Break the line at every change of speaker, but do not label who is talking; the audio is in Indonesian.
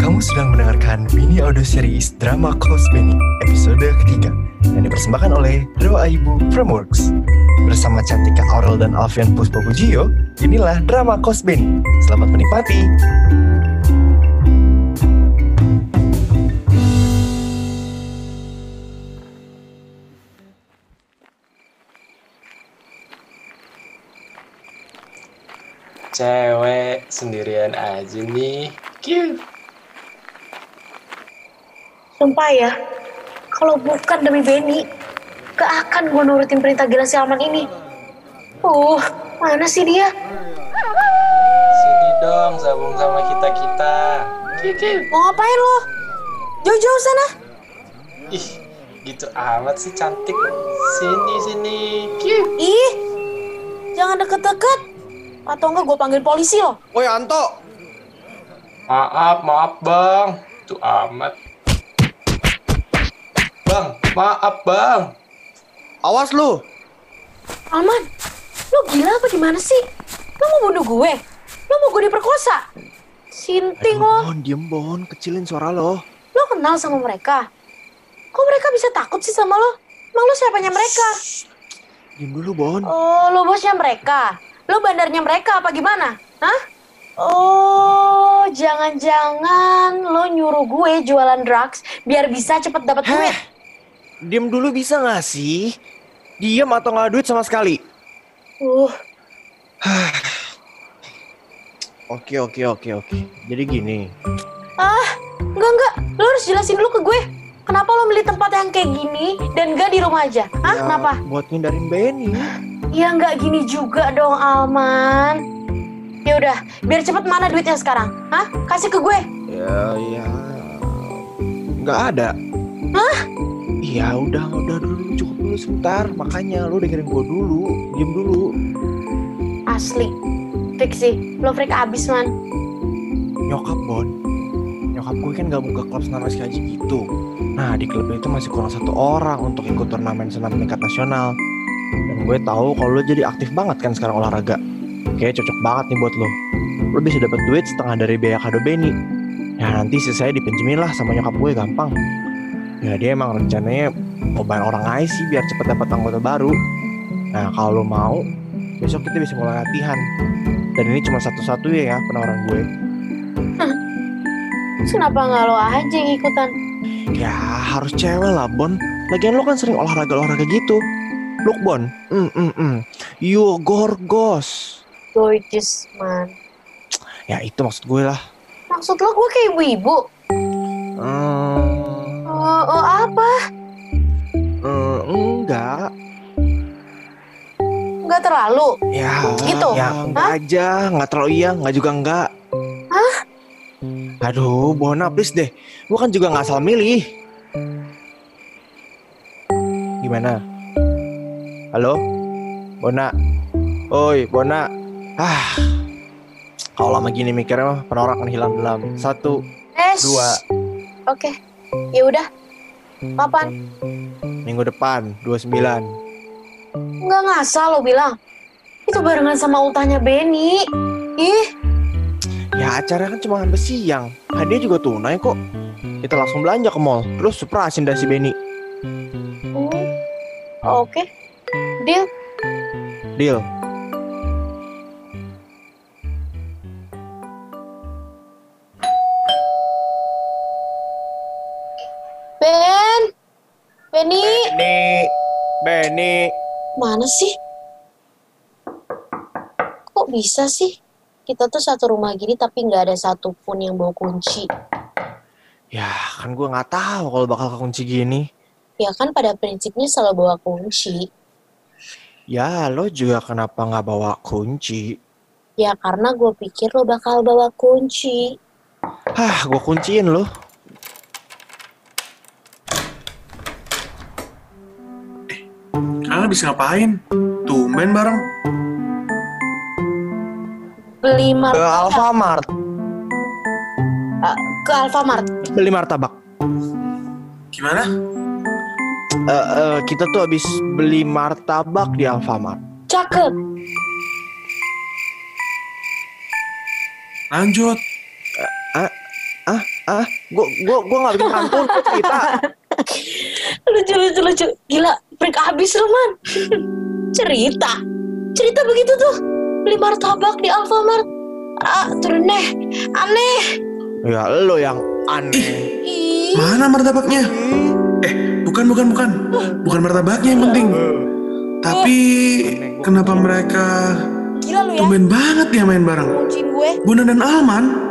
Kamu sedang mendengarkan mini audio series drama Close Bending episode ketiga yang dipersembahkan oleh Doa Ibu Frameworks. Bersama Cantika Aurel dan Alfian Puspo Pujio, inilah drama Close Bending. Selamat menikmati.
Cewek sendirian aja nih. Cute.
Sumpah ya, kalau bukan demi Benny, gak akan gue nurutin perintah gila si Alman ini. Uh, mana sih dia?
Sini dong gabung sama kita-kita.
Mau ngapain lo? Jauh-jauh sana.
Ih, gitu amat sih cantik. Sini sini. Cute.
Ih, jangan deket-deket. Atau enggak gue panggil polisi lo.
Woi Anto,
Maaf, maaf, Bang. Itu amat. Bang, maaf, Bang.
awas lu.
Alman, lo gila apa gimana sih? Lo mau bunuh gue? Lo mau gue diperkosa? Sinting lo,
diem Bon, kecilin suara lo.
lo kenal sama mereka? Kok mereka bisa takut sih sama lo? Emang lo siapanya mereka?
Diem dulu Bon.
Oh, lo bosnya mereka? Lo bandarnya mereka apa gimana? Hah? Oh, jangan-jangan lo nyuruh gue jualan drugs biar bisa cepet dapat duit.
Heh, diem dulu bisa gak sih? Diem atau gak duit sama sekali?
Uh,
Oke, oke, oke, oke. Jadi gini,
Ah, enggak enggak. Lo harus jelasin dulu ke gue. Kenapa lo milih tempat yang kayak gini dan enggak di rumah aja? Hah,
ya,
kenapa?
buat ngindarin Benny.
Ya enggak gini juga dong, Alman. Ya udah, biar cepet mana duitnya sekarang? Hah? Kasih ke gue.
Ya, ya, gak ada. Hah? Iya udah, udah dulu, cukup dulu sebentar. Makanya lu dengerin gua dulu, diem dulu.
Asli. Fix sih. Lo freak abis, man.
nyokap Bon nyokap gue kan gabung ke klub senam SKJ gitu nah di klub itu masih kurang satu orang untuk ikut turnamen senam tingkat nasional dan gue tahu kalau lo jadi aktif banget kan sekarang olahraga Oke cocok banget nih buat lo lo bisa dapat duit setengah dari biaya kado Benny ya nanti sisanya dipinjemin lah sama nyokap gue gampang ya dia emang rencananya mau bayar orang aja sih biar cepet dapat anggota baru nah kalau lo mau besok kita bisa mulai latihan dan ini cuma satu-satunya ya penawaran gue
Terus kenapa enggak lo aja yang ikutan?
Ya harus cewek lah Bon Lagian lo kan sering olahraga-olahraga gitu Look Bon mm, mm, mm. You gorgos
Gorgeous, man.
Ya itu maksud gue lah
Maksud lo gue kayak ibu-ibu?
Hmm,
Oh, oh, apa?
mm, Enggak
Enggak terlalu.
Ya
Gitu?
Ya enggak
Hah?
aja Enggak terlalu iya Enggak juga enggak
Hah?
Aduh Bona please deh Gue kan juga nggak asal milih Gimana? Halo? Bona Oi Bona Ah Kalau lama gini mikirnya mah penorak nih hilang dalam Satu
Eh,
Dua.
shh. Oke. Ya udah. Kapan?
Minggu depan 29
Nggak ngasal lo bilang. Itu barengan sama ultahnya Benny. Ih,
Ya acara kan cuma sampai siang Hadiah juga tunai kok Kita langsung belanja ke mall Terus surprisein dah si Benny
oh, Hmm. oke. Deal.
Deal
Ben. Benny.
Benny Benny
Mana sih? Kok bisa sih? Kita tuh satu rumah gini tapi nggak ada satupun yang bawa kunci.
Ya kan gue nggak tahu kalau bakal kekunci gini.
Ya kan pada prinsipnya selalu bawa kunci.
Ya lo juga kenapa nggak bawa kunci?
Ya karena gue pikir lo bakal bawa kunci.
Hah, gue kunciin lo.
Kalian habis ngapain? Tumben bareng.
Beli mar
Ke Alfamart,
Eh, ke Alfamart.
beli martabak.
Gimana?
Eh, eh, kita tuh habis beli martabak di Alfamart.
Cakep.
Lanjut.
Ah, ah gua gua gua nggak bikin pantun gua cerita
Lucu, lucu, lucu. Gila, prank habis lu, Man. Cerita. Cerita begitu tuh. Beli martabak di Alfamart. Ah, turun deh. Aneh.
ya lo yang aneh
Ih,
Mana martabaknya? Eh, bukan, bukan, bukan. Bukan martabaknya yang penting. Tapi kenapa mereka
Gila lu ya,
tumben banget ya main bareng?
kunciin gue.
Bunda dan Alman?